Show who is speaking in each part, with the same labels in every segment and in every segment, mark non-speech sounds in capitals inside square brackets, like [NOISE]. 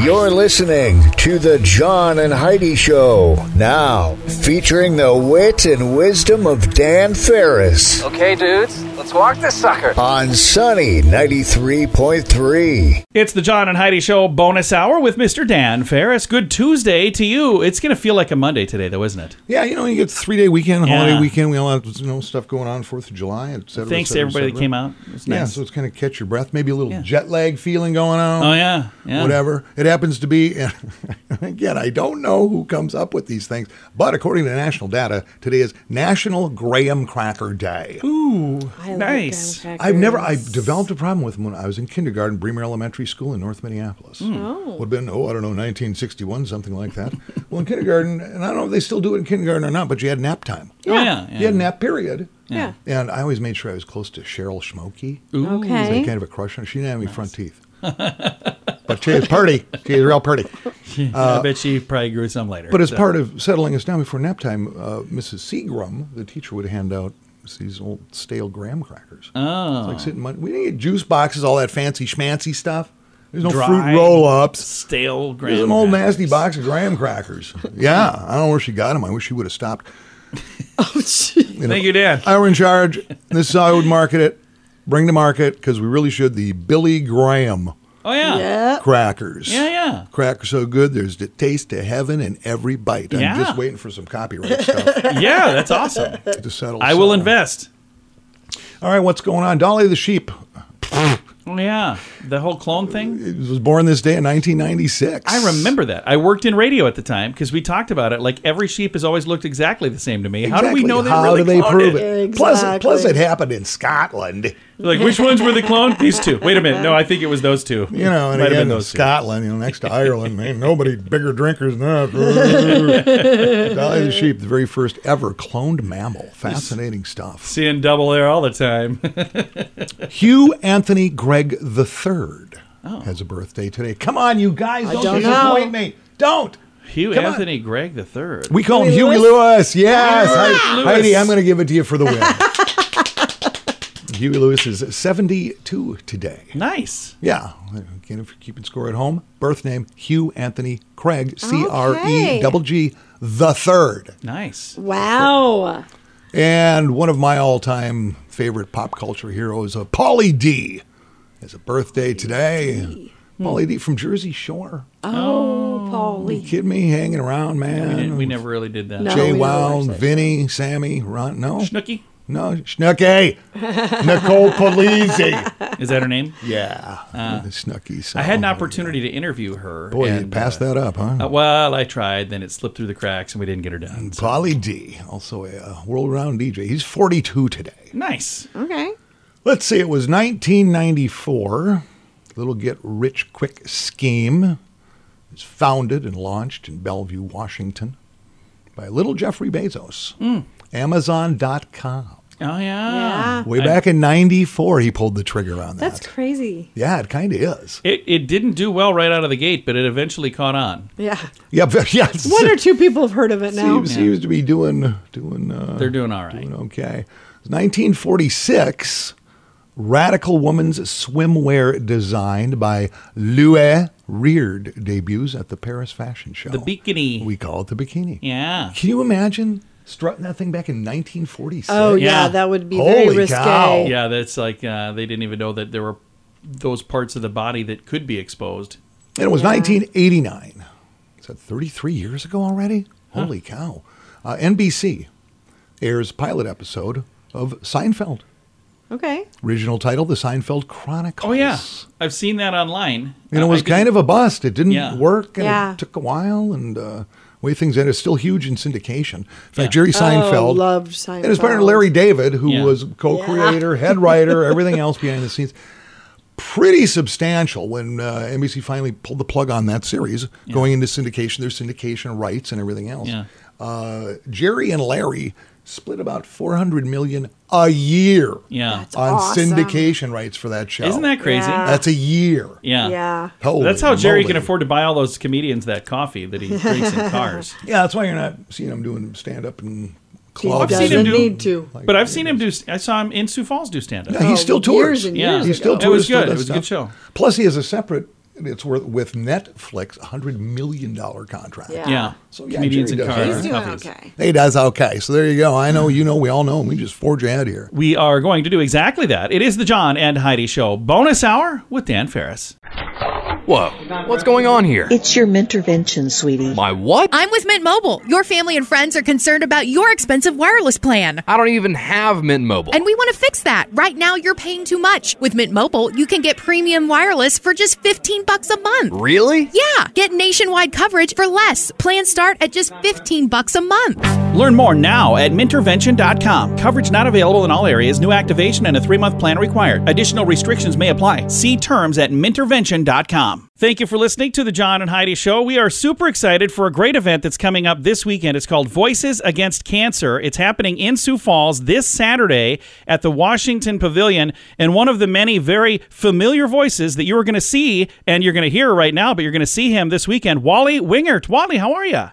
Speaker 1: You're listening to The John and Heidi Show. Now, featuring the wit and wisdom of Dan Ferris
Speaker 2: Okay, dudes, let's walk this sucker.
Speaker 1: on Sunny 93.3.
Speaker 3: It's the John and Heidi Show bonus hour with Mr. Dan Ferris. Good Tuesday to you. It's going to feel like a Monday today, though, isn't it?
Speaker 4: Yeah, you know, you get three day weekend,
Speaker 3: Yeah.
Speaker 4: holiday weekend. We all have you know stuff going on Fourth of July, et cetera.
Speaker 3: Thanks
Speaker 4: et
Speaker 3: to
Speaker 4: cetera, et
Speaker 3: everybody that
Speaker 4: cetera.
Speaker 3: came out. It's
Speaker 4: Yeah,
Speaker 3: nice.
Speaker 4: so it's kind of catch your breath, maybe a little
Speaker 3: Yeah.
Speaker 4: jet lag feeling going on.
Speaker 3: Oh, yeah. yeah.
Speaker 4: Whatever it happens to be, and [LAUGHS] again, I don't know who comes up with these things, but according to national data, today is National Graham Cracker Day.
Speaker 5: I love
Speaker 3: Nice.
Speaker 5: graham
Speaker 4: I've never. I
Speaker 5: crackers.
Speaker 4: developed a problem with them when I was in kindergarten, Bremer Elementary School in North Minneapolis.
Speaker 3: Hmm.
Speaker 4: Would have been oh, I don't know, 1961, something
Speaker 3: [LAUGHS]
Speaker 4: like that. well, in kindergarten, and I don't know if they still do it in kindergarten or not, but you had nap time.
Speaker 3: Oh, yeah. yeah.
Speaker 4: You had nap period.
Speaker 5: Yeah.
Speaker 4: And I always made sure I was close to Cheryl Schmokey. I had
Speaker 5: Okay.
Speaker 4: kind of a crush on her. She didn't have any front teeth. but she is party. She is real party.
Speaker 3: I bet she probably grew some later.
Speaker 4: Uh, But as
Speaker 3: so.
Speaker 4: part of settling us down before nap time, uh, Mrs. Seagram, the teacher, would hand out these old stale graham crackers. Oh. It's like sitting, mon- we didn't get juice boxes, all that fancy schmancy stuff. There's no
Speaker 3: Dry.
Speaker 4: fruit roll ups.
Speaker 3: stale
Speaker 4: There's
Speaker 3: graham.
Speaker 4: an old
Speaker 3: crackers.
Speaker 4: nasty box of graham crackers. yeah. I don't know where she got them. I wish she would have stopped.
Speaker 5: Oh,
Speaker 4: [LAUGHS] know,
Speaker 3: Thank you, Dan.
Speaker 4: I were in charge. This is how I would market it. Bring to market because we really should the Billy Graham
Speaker 3: Oh, yeah.
Speaker 5: Yeah.
Speaker 4: crackers.
Speaker 3: Yeah, yeah.
Speaker 4: Crackers so good. There's the taste to heaven in every bite. I'm
Speaker 3: Yeah.
Speaker 4: just waiting for some
Speaker 3: [LAUGHS]
Speaker 4: copyright stuff
Speaker 3: Yeah, that's
Speaker 4: [LAUGHS]
Speaker 3: awesome.
Speaker 4: to settle.
Speaker 3: I will
Speaker 4: So-
Speaker 3: invest.
Speaker 4: All right, what's going on? Dolly the sheep
Speaker 3: Oh, yeah. The whole clone thing.
Speaker 4: was born this day in 1996.
Speaker 3: I remember that. I worked in radio at the time because we talked about it. Like every sheep has always looked exactly the same to me. How do we
Speaker 4: Exactly.
Speaker 3: know they
Speaker 4: How
Speaker 3: really
Speaker 4: do they
Speaker 3: cloned
Speaker 4: prove it?
Speaker 3: it?
Speaker 4: Plus, plus,
Speaker 5: Exactly.
Speaker 4: it happened in Scotland.
Speaker 3: Like which ones were the clone? These two. Wait a minute. No, I think it was those two.
Speaker 4: You know,
Speaker 3: might have
Speaker 4: and again,
Speaker 3: been
Speaker 4: in
Speaker 3: those two.
Speaker 4: Scotland, you know, next to Ireland, [LAUGHS] ain't nobody bigger drinkers than that. Dolly the sheep, the very first ever cloned mammal. Fascinating stuff.
Speaker 3: Seeing double there all the time. [LAUGHS]
Speaker 4: Hugh Anthony Gregg III has a birthday today. Come on, you guys, don't,
Speaker 5: don't
Speaker 4: disappoint
Speaker 5: know.
Speaker 4: me. Don't.
Speaker 3: Hugh
Speaker 4: Come on.
Speaker 3: Anthony Gregg the third.
Speaker 4: We call him
Speaker 5: Huey
Speaker 4: Huey Lewis. Yes. Hei-
Speaker 3: Lewis.
Speaker 4: Heidi, I'm going to give it to you for [LAUGHS] the win. Huey Lewis is 72 today.
Speaker 3: Nice.
Speaker 4: Yeah. Again, if you're keeping score at home, birth name Hugh Anthony Craig, C R E double G, the third.
Speaker 3: Nice. Oh,
Speaker 5: Wow.
Speaker 4: And one of my all time favorite pop culture heroes, uh, Paulie D, has a birthday today. Paulie D from Jersey Shore.
Speaker 5: Oh,
Speaker 4: You
Speaker 5: Paulie.
Speaker 4: kidding me? Hanging around,
Speaker 3: We,
Speaker 4: man.
Speaker 3: didn't- we never really did that.
Speaker 5: No.
Speaker 4: Jay
Speaker 5: we never
Speaker 4: Wow,
Speaker 5: watched that.
Speaker 4: Vinny, Sammy, Ron. No.
Speaker 3: Snooki?
Speaker 4: No, Schnucky. Nicole Polizzi.
Speaker 3: Is that her name?
Speaker 4: Yeah. the Snucky.
Speaker 3: Uh, I had an opportunity to interview her.
Speaker 4: Boy, you
Speaker 3: and,
Speaker 4: passed
Speaker 3: uh,
Speaker 4: that up, huh?
Speaker 3: uh, well, I tried. Then it slipped through the cracks, and we didn't get her done. So-
Speaker 4: Polly D, also a uh, world round DJ. He's 42 today.
Speaker 3: Nice. Oh,
Speaker 5: Okay.
Speaker 4: Let's see, it was 1994. Little Get Rich Quick Scheme It was founded and launched in Bellevue, Washington by little Jeffrey Bezos. Amazon.com.
Speaker 3: Oh yeah.
Speaker 5: Yeah.
Speaker 4: Way back in 94, he pulled the trigger on that.
Speaker 5: That's crazy.
Speaker 4: yeah, it kind of is.
Speaker 3: It it didn't do well right out of the gate, but it eventually caught on.
Speaker 5: Yeah.
Speaker 4: [LAUGHS] Yeah, but- yeah. it's-
Speaker 5: [LAUGHS] One or two people have heard of it now.
Speaker 4: seems, seems to be doing doing uh,
Speaker 3: They're doing all right.
Speaker 4: doing okay. 1946, Radical Woman's swimwear designed by Louis Reard debuts at the Paris Fashion Show.
Speaker 3: The bikini.
Speaker 4: We call it the bikini.
Speaker 3: yeah.
Speaker 4: Can you imagine strutting that thing back in 1946?
Speaker 5: Oh, yeah.
Speaker 3: Yeah.
Speaker 5: That would be
Speaker 4: Holy
Speaker 5: very risque.
Speaker 4: cow.
Speaker 3: Yeah, that's like uh, they didn't even know that there were those parts of the body that could be exposed.
Speaker 4: And it was 1989. Is that 33 years ago already? Holy cow. Uh, NBC airs pilot episode of Seinfeld.
Speaker 5: Okay.
Speaker 4: Original title, The Seinfeld Chronicles.
Speaker 3: Oh yeah, I've seen that online.
Speaker 4: And it was kind of a bust. It didn't
Speaker 3: Yeah.
Speaker 4: work, and
Speaker 5: Yeah.
Speaker 4: it took a while, and uh, way things ended. It's still huge in syndication. In fact, Jerry Seinfeld
Speaker 5: Oh, loved Seinfeld.
Speaker 4: and his partner Larry David, who
Speaker 3: Yeah.
Speaker 4: was co-creator, head
Speaker 5: [LAUGHS]
Speaker 4: writer, everything else behind the scenes, pretty substantial when uh, NBC finally pulled the plug on that series, going into syndication, their syndication rights and everything else.
Speaker 3: Yeah.
Speaker 4: Uh, Jerry and Larry split about 400 million a year
Speaker 3: Yeah.
Speaker 5: That's
Speaker 4: on
Speaker 5: awesome.
Speaker 4: syndication rights for that show.
Speaker 3: Isn't that crazy?
Speaker 5: Yeah.
Speaker 4: That's a year.
Speaker 3: Yeah.
Speaker 5: Yeah.
Speaker 4: Holy
Speaker 3: That's how Jerry
Speaker 4: moly.
Speaker 3: can afford to buy all those comedians that coffee that he drinks
Speaker 5: [LAUGHS]
Speaker 3: in
Speaker 4: [LAUGHS]
Speaker 3: cars.
Speaker 4: Yeah, that's why you're not seeing him doing stand up and
Speaker 5: He
Speaker 4: clubs.
Speaker 5: doesn't
Speaker 3: seen him do-
Speaker 5: need to.
Speaker 3: But I've seen him do. I saw him in Sioux Falls do stand up.
Speaker 4: he still tours.
Speaker 5: Years and
Speaker 3: Yeah.
Speaker 5: years
Speaker 4: He still
Speaker 5: ago.
Speaker 3: It was
Speaker 4: tours, still
Speaker 3: good.
Speaker 4: does
Speaker 3: It was a good
Speaker 4: stuff.
Speaker 3: show.
Speaker 4: Plus, he has a separate And it's worth with Netflix a hundred million dollar contract.
Speaker 5: Yeah.
Speaker 3: Yeah.
Speaker 4: So, yeah,
Speaker 3: Comedians
Speaker 4: sure he
Speaker 3: and
Speaker 4: does.
Speaker 3: cars.
Speaker 5: He's doing
Speaker 3: copies. [LAUGHS]
Speaker 5: okay.
Speaker 4: He does okay. So there you go. I know, you know, we all know. We just forge ahead here.
Speaker 3: We are going to do exactly that. It is the John and Heidi Show bonus hour with Dan Ferris.
Speaker 6: Whoa, what's going on here?
Speaker 7: It's your intervention, sweetie.
Speaker 6: My what?
Speaker 8: I'm with Mint Mobile. Your family and friends are concerned about your expensive wireless plan.
Speaker 6: I don't even have Mint Mobile.
Speaker 8: And we want to fix that. Right now you're paying too much. With Mint Mobile, you can get premium wireless for just 15 bucks a month.
Speaker 6: really?
Speaker 8: Yeah, get nationwide coverage for less. Plans start at just 15 bucks a month.
Speaker 3: Learn more now at mintervention.com. Coverage not available in all areas. New activation and a three month plan required. Additional restrictions may apply. See terms at mintervention.com. Thank you for listening to the John and Heidi Show. We are super excited for a great event that's coming up this weekend. It's called Voices Against Cancer. It's happening in Sioux Falls this Saturday at the Washington Pavilion. And one of the many very familiar voices that you are going to see and you're going to hear right now, but you're going to see him this weekend, Wally Wingert. Wally, how are you?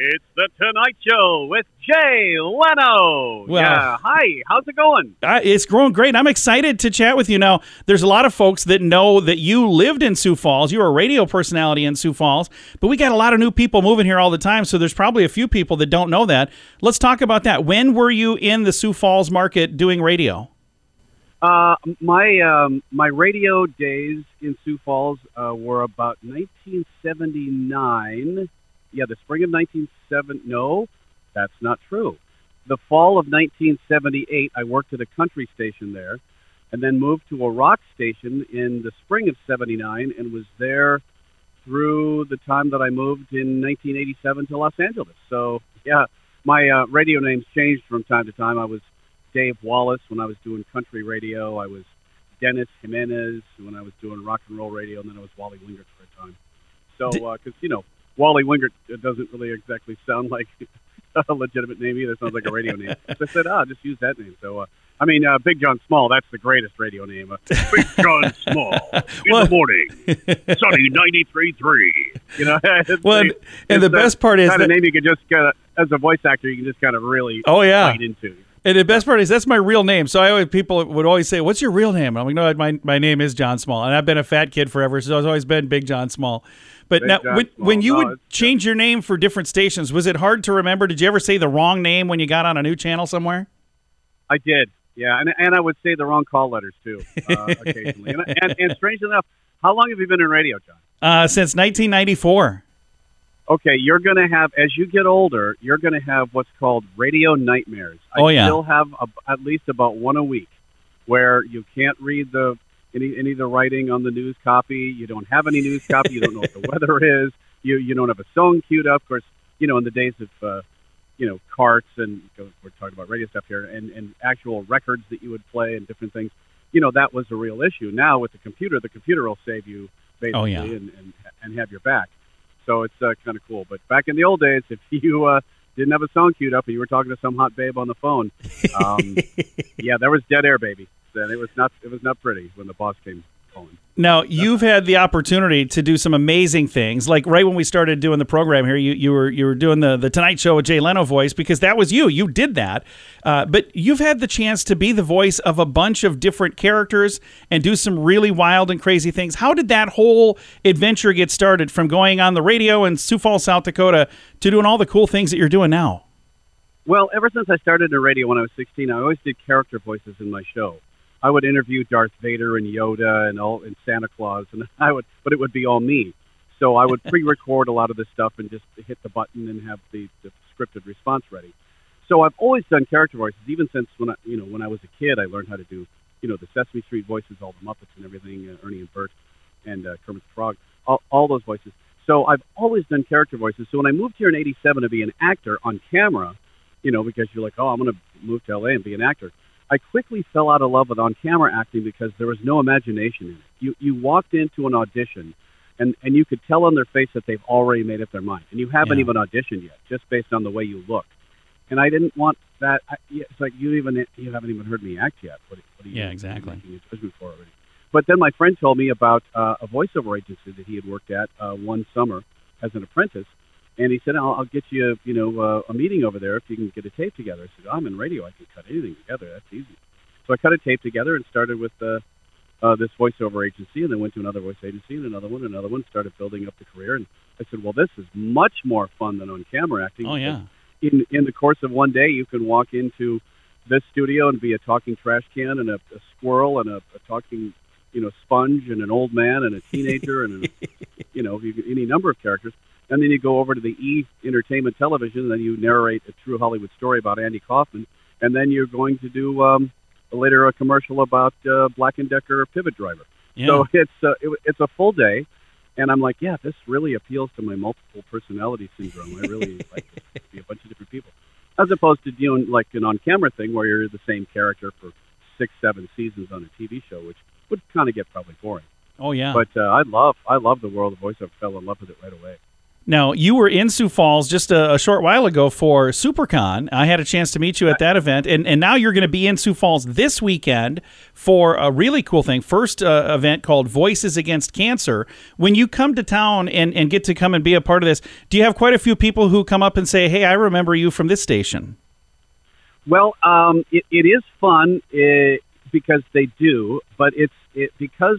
Speaker 9: It's the Tonight Show with Jay Leno.
Speaker 3: Well-
Speaker 9: yeah. Hi. How's it going?
Speaker 3: I, it's growing great. I'm excited to chat with you. Now, there's a lot of folks that know that you lived in Sioux Falls. You're a radio personality in Sioux Falls, but we got a lot of new people moving here all the time. So there's probably a few people that don't know that. Let's talk about that. When were you in the Sioux Falls market doing radio?
Speaker 9: Uh, my um, my radio days in Sioux Falls uh, were about 1979. Yeah, the spring of 1970. No, that's not true. The fall of 1978, I worked at a country station there, and then moved to a rock station in the spring of '79, and was there through the time that I moved in 1987 to Los Angeles. So yeah, my uh, radio names changed from time to time. I was Dave Wallace when I was doing country radio. I was Dennis Jimenez when I was doing rock and roll radio, and then I was Wally Wingert for a time. So,
Speaker 3: Did-
Speaker 9: because you know, Wally Wingert uh, doesn't really exactly sound like [LAUGHS] a legitimate name either. It sounds like a radio
Speaker 3: [LAUGHS]
Speaker 9: name. So I said, ah, just use that name. So, uh, I mean, uh, Big John Small. That's the greatest radio name. Uh, Big John
Speaker 3: [LAUGHS]
Speaker 9: Small in
Speaker 3: Well-
Speaker 9: the morning, sunny ninety three three. You know, [LAUGHS] it's-
Speaker 3: Well, and-
Speaker 9: it's
Speaker 3: and the
Speaker 9: that
Speaker 3: best part is
Speaker 9: kind of
Speaker 3: that-
Speaker 9: name you can just kind of as a voice actor, you can just kind of really
Speaker 3: Oh, yeah.
Speaker 9: bite into.
Speaker 3: And the best part is that's my real name. So I always people would always say, "What's your real name?" And I'm like, "No, my, my name is John Small, and I've been a fat kid forever, so I've always been Big John Small." But
Speaker 9: Big
Speaker 3: now,
Speaker 9: John
Speaker 3: when,
Speaker 9: Small.
Speaker 3: when you
Speaker 9: No,
Speaker 3: would
Speaker 9: it's-
Speaker 3: change your name for different stations, was it hard to remember? Did you ever say the wrong name when you got on a new channel somewhere?
Speaker 9: I did, yeah, and and I would say the wrong call letters too
Speaker 3: [LAUGHS]
Speaker 9: uh, occasionally. And, and and strange enough, how long have you been in radio, John?
Speaker 3: Uh, since 1994.
Speaker 9: okay, you're going to have as you get older, you're going to have what's called radio nightmares.
Speaker 3: Oh,
Speaker 9: I
Speaker 3: yeah.
Speaker 9: still have a, at least about one a week where you can't read the any any of the writing on the news copy. You don't have any news copy. You don't know what the weather is. You you don't have a song queued up. Of course, you know in the days of uh, you know carts and we're talking about radio stuff here and and actual records that you would play and different things. You know that was a real issue. Now with the computer, the computer will save you basically
Speaker 3: Oh, yeah.
Speaker 9: and, and and have your back. So it's uh, kind of cool. But back in the old days, if [LAUGHS] you uh, didn't have a song queued up and you were talking to some hot babe on the phone,
Speaker 3: [LAUGHS]
Speaker 9: um, yeah, there was dead air, baby. And it was not it was not pretty when the boss came calling.
Speaker 3: Now you've had the opportunity to do some amazing things. Like right when we started doing the program here, you, you were you were doing the the Tonight Show with Jay Leno voice because that was you. You did that, uh, but you've had the chance to be the voice of a bunch of different characters and do some really wild and crazy things. How did that whole adventure get started? From going on the radio in Sioux Falls, South Dakota, to doing all the cool things that you're doing now.
Speaker 9: Well, ever since I started in radio when I was 16, I always did character voices in my show. I would interview Darth Vader and Yoda and all and Santa Claus, and [LAUGHS] I would, but it would be all me. So I would pre-record a lot of this stuff and just hit the button and have the, the scripted response ready. So I've always done character voices, even since when I, you know, when I was a kid, I learned how to do, you know, the Sesame Street voices, all the Muppets and everything, uh, Ernie and Bert, and uh, Kermit the Frog, all, all those voices. So I've always done character voices. So when I moved here in '87 to be an actor on camera, you know, because you're like, oh, I'm going to move to LA and be an actor. I quickly fell out of love with on camera acting because there was no imagination in it. You, you walked into an audition and, and you could tell on their face that they've already made up their mind. And you haven't
Speaker 3: Yeah.
Speaker 9: even auditioned yet, just based on the way you look. And I didn't want that. I, yeah, it's like you even you haven't even heard me act yet. What, what are you
Speaker 3: Yeah, exactly.
Speaker 9: making a judgment for already? But then my friend told me about uh, a voiceover agency that he had worked at uh, one summer as an apprentice, and he said, "I'll, I'll get you, you know, uh, a meeting over there if you can get a tape together." "Oh, I said, "I'm in radio. I can cut anything together. That's easy." So I cut a tape together and started with uh, uh, this voiceover agency, and then went to another voice agency, and another one, another one. Started building up the career, and I said, "Well, this is much more fun than on camera acting."
Speaker 3: Oh, yeah.
Speaker 9: In in the course of one day, you can walk into this studio and be a talking trash can and a, a squirrel and a, a talking, you know, sponge and an old man and a teenager and a, you know you, any number of characters. And then you go over to the E Entertainment Television, and then you narrate a true Hollywood story about Andy Kaufman, and then you're going to do um, later a commercial about uh, Black and Decker Pivot Driver.
Speaker 3: Yeah.
Speaker 9: So it's a, it, it's a full day, and I'm like, yeah, this really appeals to my multiple personality syndrome. I really like to be a bunch of different people, as opposed to doing like an on-camera thing where you're the same character for six, seven seasons on a TV show, which would kind of get probably boring.
Speaker 3: oh yeah.
Speaker 9: But uh, I love I love the world of voiceover. Fell in love with it right away.
Speaker 3: Now, you were in Sioux Falls just a, a short while ago for SuperCon. I had a chance to meet you at that event, and, and now you're going to be in Sioux Falls this weekend for a really cool thing. First uh, event called Voices Against Cancer. When you come to town and, and get to come and be a part of this, do you have quite a few people who come up and say, Hey, I remember you from this station?
Speaker 9: Well, um, it, it is fun eh, because they do, but it's it, because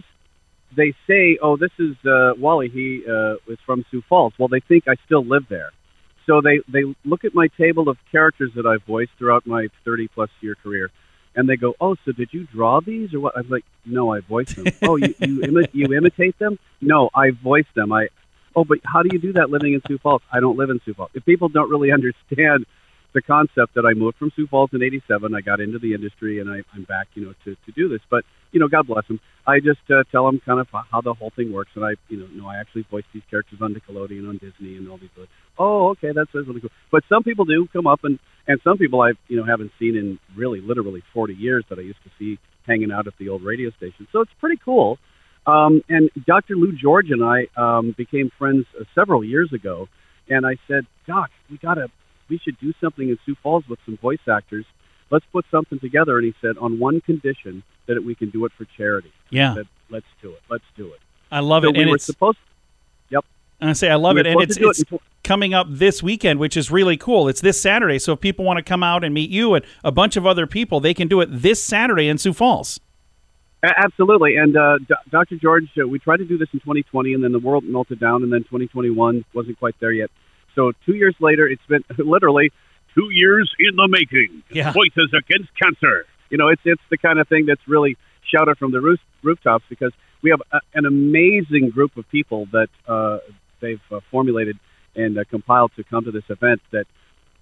Speaker 9: they say, "Oh, this is uh, Wally. He uh, was from Sioux Falls." Well, they think I still live there, so they they look at my table of characters that I've voiced throughout my thirty plus year career, and they go, "Oh, so did you draw these or what?" I'm like, "No, I voiced them." oh, you you, imi- you imitate them? No, I voiced them. I oh, but how do you do that living in Sioux Falls? I don't live in Sioux Falls. If people don't really [LAUGHS] understand the concept that I moved from Sioux Falls in '87. I got into the industry, and I, I'm back, you know, to, to do this. But you know, God bless them. I just uh, tell them kind of how the whole thing works, and I, you know, no, I actually voiced these characters on Nickelodeon, on Disney, and all these. Other, oh, okay, that's, that's really cool. But some people do come up, and and some people I, you know, haven't seen in really literally 40 years that I used to see hanging out at the old radio station. So it's pretty cool. Um, and Dr. Lou George and I um, became friends uh, several years ago, and I said, Doc, we gotta we should do something in Sioux Falls with some voice actors. Let's put something together. And he said, on one condition, that it, we can do it for charity.
Speaker 3: Yeah.
Speaker 9: I said, let's do it. Let's do it.
Speaker 3: I love
Speaker 9: so
Speaker 3: it.
Speaker 9: we
Speaker 3: and
Speaker 9: were
Speaker 3: it's,
Speaker 9: supposed. Yep.
Speaker 3: I say I love
Speaker 9: we
Speaker 3: it.
Speaker 9: were supposed
Speaker 3: And it's,
Speaker 9: to do it
Speaker 3: it's
Speaker 9: in tw-
Speaker 3: coming up this weekend, which is really cool. It's this Saturday. So if people want to come out and meet you and a bunch of other people, they can do it this Saturday in Sioux Falls.
Speaker 9: A- Absolutely. And uh, D- Dr. George, uh, we tried to do this in 2020, and then the world melted down, and then 2021 wasn't quite there yet. So two years later, it's been [LAUGHS] literally two years in the making.
Speaker 3: Yeah.
Speaker 9: Voices against cancer. You know, it's it's the kind of thing that's really shouted from the roof, rooftops because we have a, an amazing group of people that uh, they've uh, formulated and uh, compiled to come to this event that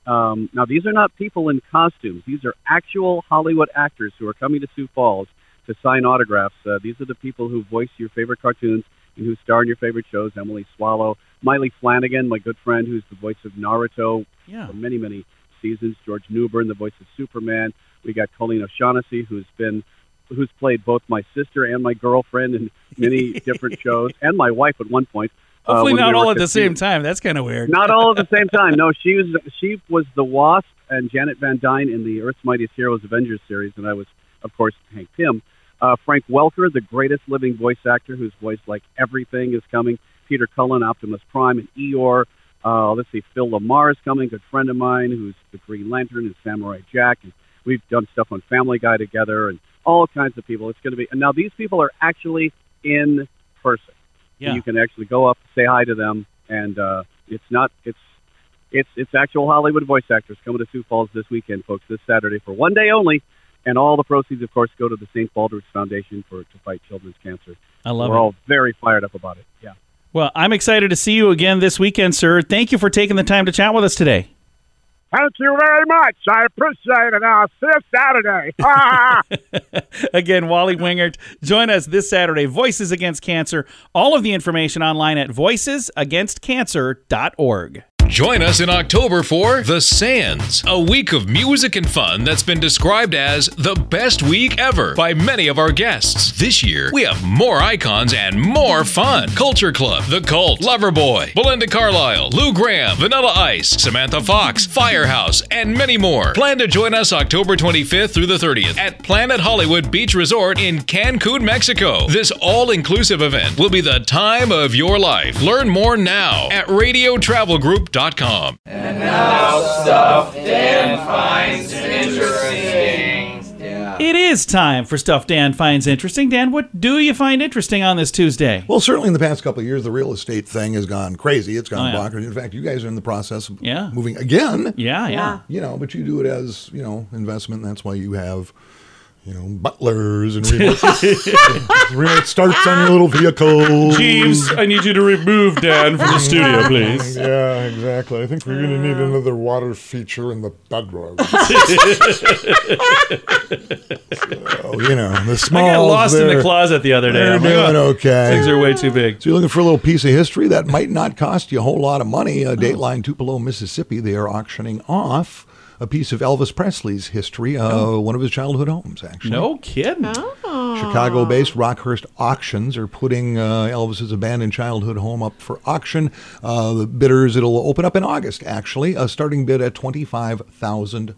Speaker 9: um, now, these are not people in costumes. These are actual Hollywood actors who are coming to Sioux Falls to sign autographs. Uh, these are the people who voice your favorite cartoons and who star in your favorite shows. Emily Swallow, Miley Flanagan, my good friend, who's the voice of Naruto
Speaker 3: Yeah.
Speaker 9: for many, many seasons. George Newbern, the voice of Superman. We got Colleen O'Shaughnessy, who's been who's played both my sister and my girlfriend in many different shows, and my wife at one point. uh,
Speaker 3: Hopefully,
Speaker 9: when we
Speaker 3: not
Speaker 9: were
Speaker 3: all at the
Speaker 9: 15.
Speaker 3: same time. That's kind of weird.
Speaker 9: Not all at the same time. No, she was she was the Wasp and Janet Van Dyne in the Earth's Mightiest Heroes Avengers series, and I was, of course, Hank Pym. Uh, Frank Welker, the greatest living voice actor, whose voice like everything is coming. Peter Cullen, Optimus Prime, and Eeyore. Uh, let's see, Phil Lamar is coming, good friend of mine, who's the Green Lantern and Samurai Jack, and we've done stuff on Family Guy together, and all kinds of people. It's going to be and now these people are actually in person.
Speaker 3: Yeah.
Speaker 9: You can actually go up, say hi to them, and uh, it's not it's it's it's actual Hollywood voice actors coming to Sioux Falls this weekend, folks, this Saturday for one day only, and all the proceeds, of course, go to the St. Baldrick's Foundation for to fight children's cancer.
Speaker 3: I love
Speaker 9: We're
Speaker 3: it.
Speaker 9: all very fired up about it. Yeah.
Speaker 3: Well, I'm excited to see you again this weekend, sir. Thank you for taking the time to chat with us today.
Speaker 9: Thank you very much. I appreciate it. I'll see you Saturday. [LAUGHS]
Speaker 3: [LAUGHS] Again, Wally Wingert, join us this Saturday, Voices Against Cancer. All of the information online at voicesagainstcancer.org.
Speaker 10: Join us in October for The Sands, a week of music and fun that's been described as the best week ever by many of our guests. This year, we have more icons and more fun. Culture Club, The Cult, Loverboy, Belinda Carlisle, Lou Graham, Vanilla Ice, Samantha Fox, Firehouse, and many more. Plan to join us October 25th through the 30th at Planet Hollywood Beach Resort in Cancun, Mexico. This all inclusive event will be the time of your life. Learn more now at radiotravelgroup.com.
Speaker 3: It is time for stuff Dan finds interesting. Dan, what do you find interesting on this Tuesday?
Speaker 4: Well, certainly in the past couple of years, the real estate thing has gone crazy. It's gone
Speaker 3: Oh, yeah.
Speaker 4: bonkers. In fact, you guys are in the process of
Speaker 3: Yeah.
Speaker 4: moving again.
Speaker 3: Yeah, yeah.
Speaker 5: Yeah.
Speaker 4: You know, but you do it as you know investment. And that's why you have. You know, butlers
Speaker 3: [LAUGHS]
Speaker 4: and remote, remote starts on your little vehicle.
Speaker 3: I need you to remove Dan from the [LAUGHS] studio, please.
Speaker 4: Yeah, exactly. I think we're going to need another water feature in the bedroom. so, you know, the
Speaker 3: I
Speaker 4: small.
Speaker 3: got lost in the closet the other day.
Speaker 4: They're
Speaker 3: I'm like,
Speaker 4: doing
Speaker 3: "Oh,
Speaker 4: okay.
Speaker 3: Things are way too big.
Speaker 4: So you're looking for a little piece of history that might not cost you a whole lot of money. Uh, Dateline Tupelo, Mississippi, they are auctioning off a piece of Elvis Presley's history, uh, one of his childhood homes, actually.
Speaker 3: No kidding.
Speaker 4: Chicago based Rockhurst Auctions are putting uh, Elvis's abandoned childhood home up for auction. Uh, the bidders, it'll open up in August, actually, a starting bid at $25,000.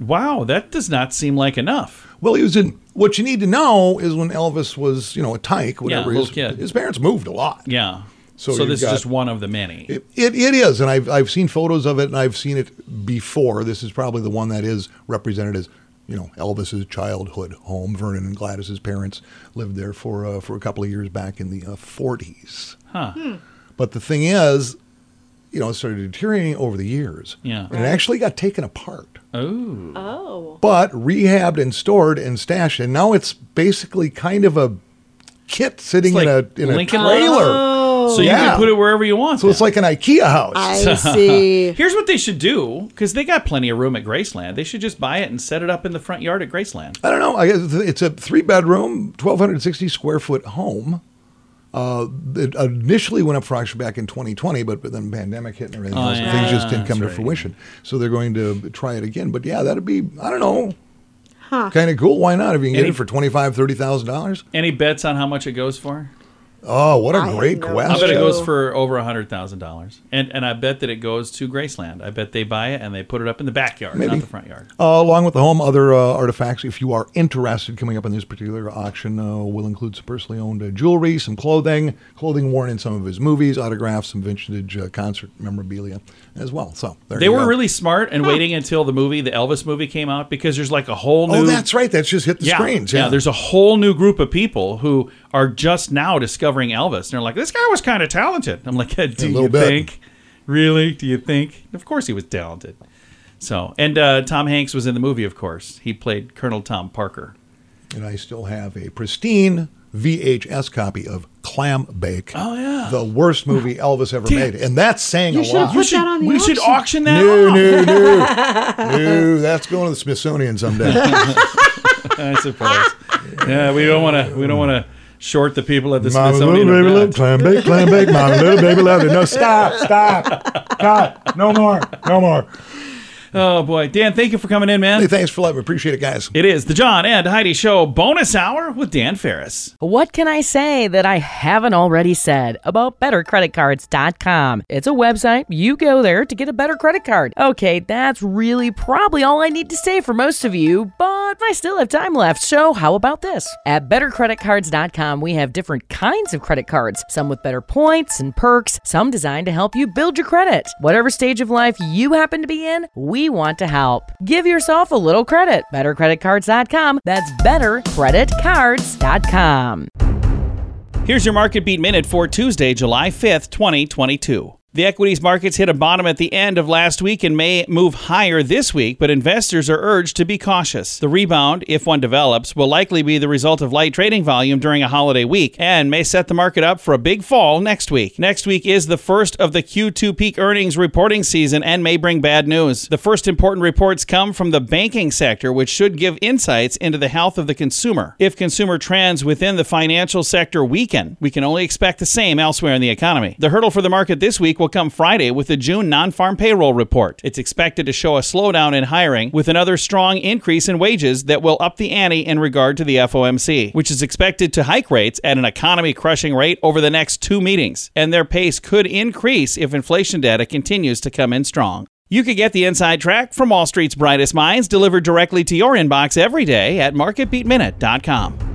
Speaker 3: Wow, that does not seem like enough.
Speaker 4: Well, he was in. What you need to know is when Elvis was, you know, a tyke, whatever,
Speaker 3: little
Speaker 4: his,
Speaker 3: kid.
Speaker 4: his parents moved a lot.
Speaker 3: Yeah. So,
Speaker 4: So you've
Speaker 3: this is
Speaker 4: got-
Speaker 3: just one of the many.
Speaker 4: It, it, it is, and I've, I've seen photos of it, and I've seen it before. This is probably the one that is represented as, you know, Elvis's childhood home. Vernon and Gladys's parents lived there for uh, for a couple of years back in the uh, 40s.
Speaker 3: Huh.
Speaker 5: Hmm.
Speaker 4: But the thing is, you know, it started deteriorating over the years.
Speaker 3: Yeah.
Speaker 4: and it actually got taken apart,
Speaker 3: Oh.
Speaker 5: Oh.
Speaker 4: but rehabbed and stored and stashed, and now it's basically kind of a kit sitting
Speaker 3: It's like
Speaker 4: in a in
Speaker 3: Lincoln
Speaker 4: a trailer.
Speaker 3: So you
Speaker 4: Yeah.
Speaker 3: can put it wherever you want.
Speaker 4: So it's
Speaker 3: then.
Speaker 4: like an IKEA house.
Speaker 5: Oh.
Speaker 3: [LAUGHS]
Speaker 5: I see.
Speaker 3: Here's what they should do because they got plenty of room at Graceland. They should just buy it and set it up in the front yard at Graceland.
Speaker 4: I don't know. I guess it's- it's a three bedroom, 1,260 square foot home. Uh, it initially went up for auction back in 2020, but, but then pandemic hit and everything
Speaker 3: Oh,
Speaker 4: else, and things just didn't come to fruition. So they're going to try it again. But yeah, that'd be I don't know, kind of cool. Why not? If you can get
Speaker 3: Any-
Speaker 4: it for twenty five, thirty thousand dollars.
Speaker 3: Any bets on how much it goes for?
Speaker 4: Oh, what a
Speaker 5: I
Speaker 4: great
Speaker 5: know.
Speaker 3: I
Speaker 5: That's
Speaker 3: bet
Speaker 4: question!
Speaker 3: it
Speaker 5: true.
Speaker 3: goes for over a hundred thousand dollars, and and I bet that it goes to Graceland. I bet they buy it and they put it up in the backyard, not
Speaker 4: Maybe.
Speaker 3: the front yard.
Speaker 4: Uh, along with the home, other uh, artifacts, if you are interested, coming up in this particular auction uh, will include some personally owned uh, jewelry, some clothing, clothing worn in some of his movies, autographs, some vintage uh, concert memorabilia as well. So there
Speaker 3: They
Speaker 4: you
Speaker 3: were
Speaker 4: go.
Speaker 3: really smart and waiting until the movie, the Elvis movie, came out because there's like a whole new.
Speaker 4: Oh, that's right. That's just hit the
Speaker 3: yeah,
Speaker 4: screens.
Speaker 3: yeah. There's a whole new group of people who are just now discovering Elvis, and they're like, "This guy was kind of talented." I'm like, [LAUGHS] "Do
Speaker 4: little
Speaker 3: you
Speaker 4: bit.
Speaker 3: think? Really? Do you think? Of course, he was talented." So, and uh, Tom Hanks was in the movie. Of course, he played Colonel Tom Parker.
Speaker 4: and I still have a pristine VHS copy of Clam Bake. Oh yeah, the worst movie Elvis ever
Speaker 3: Damn.
Speaker 4: made, and that's saying
Speaker 5: You
Speaker 4: a
Speaker 5: should've
Speaker 4: lot.
Speaker 5: put that on the
Speaker 3: we should
Speaker 5: auction.
Speaker 3: auction that.
Speaker 4: no,
Speaker 3: off.
Speaker 4: no, no,
Speaker 5: [LAUGHS]
Speaker 4: no. That's going to the Smithsonian someday.
Speaker 3: [LAUGHS] I suppose. yeah, we don't want to. We don't want to short the people at the
Speaker 4: Mama little
Speaker 3: Smithsonian.
Speaker 4: baby
Speaker 3: of
Speaker 4: love,
Speaker 3: that.
Speaker 4: clam bake, clam bake, mama little baby love it. No, stop, stop, stop. No more, no more.
Speaker 3: Oh boy, Dan, thank you for coming in, man.
Speaker 4: Hey, thanks for letting me. Appreciate it, guys.
Speaker 3: It is the John and Heidi Show bonus hour with Dan Ferris.
Speaker 11: What can I say that I haven't already said about bettercreditcards.com? It's a website. You go there to get a better credit card. Okay, that's really probably all I need to say for most of you, but I still have time left. So, how about this? At bettercreditcards.com, we have different kinds of credit cards, some with better points and perks, some designed to help you build your credit. Whatever stage of life you happen to be in, we want to help. Give yourself a little credit. Bettercreditcards.com. That's bettercreditcards.com.
Speaker 3: Here's your market beat minute for Tuesday, July 5th, 2022. The equities markets hit a bottom at the end of last week and may move higher this week, but investors are urged to be cautious. The rebound, if one develops, will likely be the result of light trading volume during a holiday week and may set the market up for a big fall next week. Next week is the first of the Q2 peak earnings reporting season and may bring bad news. The first important reports come from the banking sector, which should give insights into the health of the consumer. If consumer trends within the financial sector weaken, we can only expect the same elsewhere in the economy. The hurdle for the market this week will come Friday with the June non farm payroll report. It's expected to show a slowdown in hiring with another strong increase in wages that will up the ante in regard to the FOMC, which is expected to hike rates at an economy crushing rate over the next two meetings. And their pace could increase if inflation data continues to come in strong. You could get the inside track from Wall Street's brightest minds delivered directly to your inbox every day at marketbeatminute.com.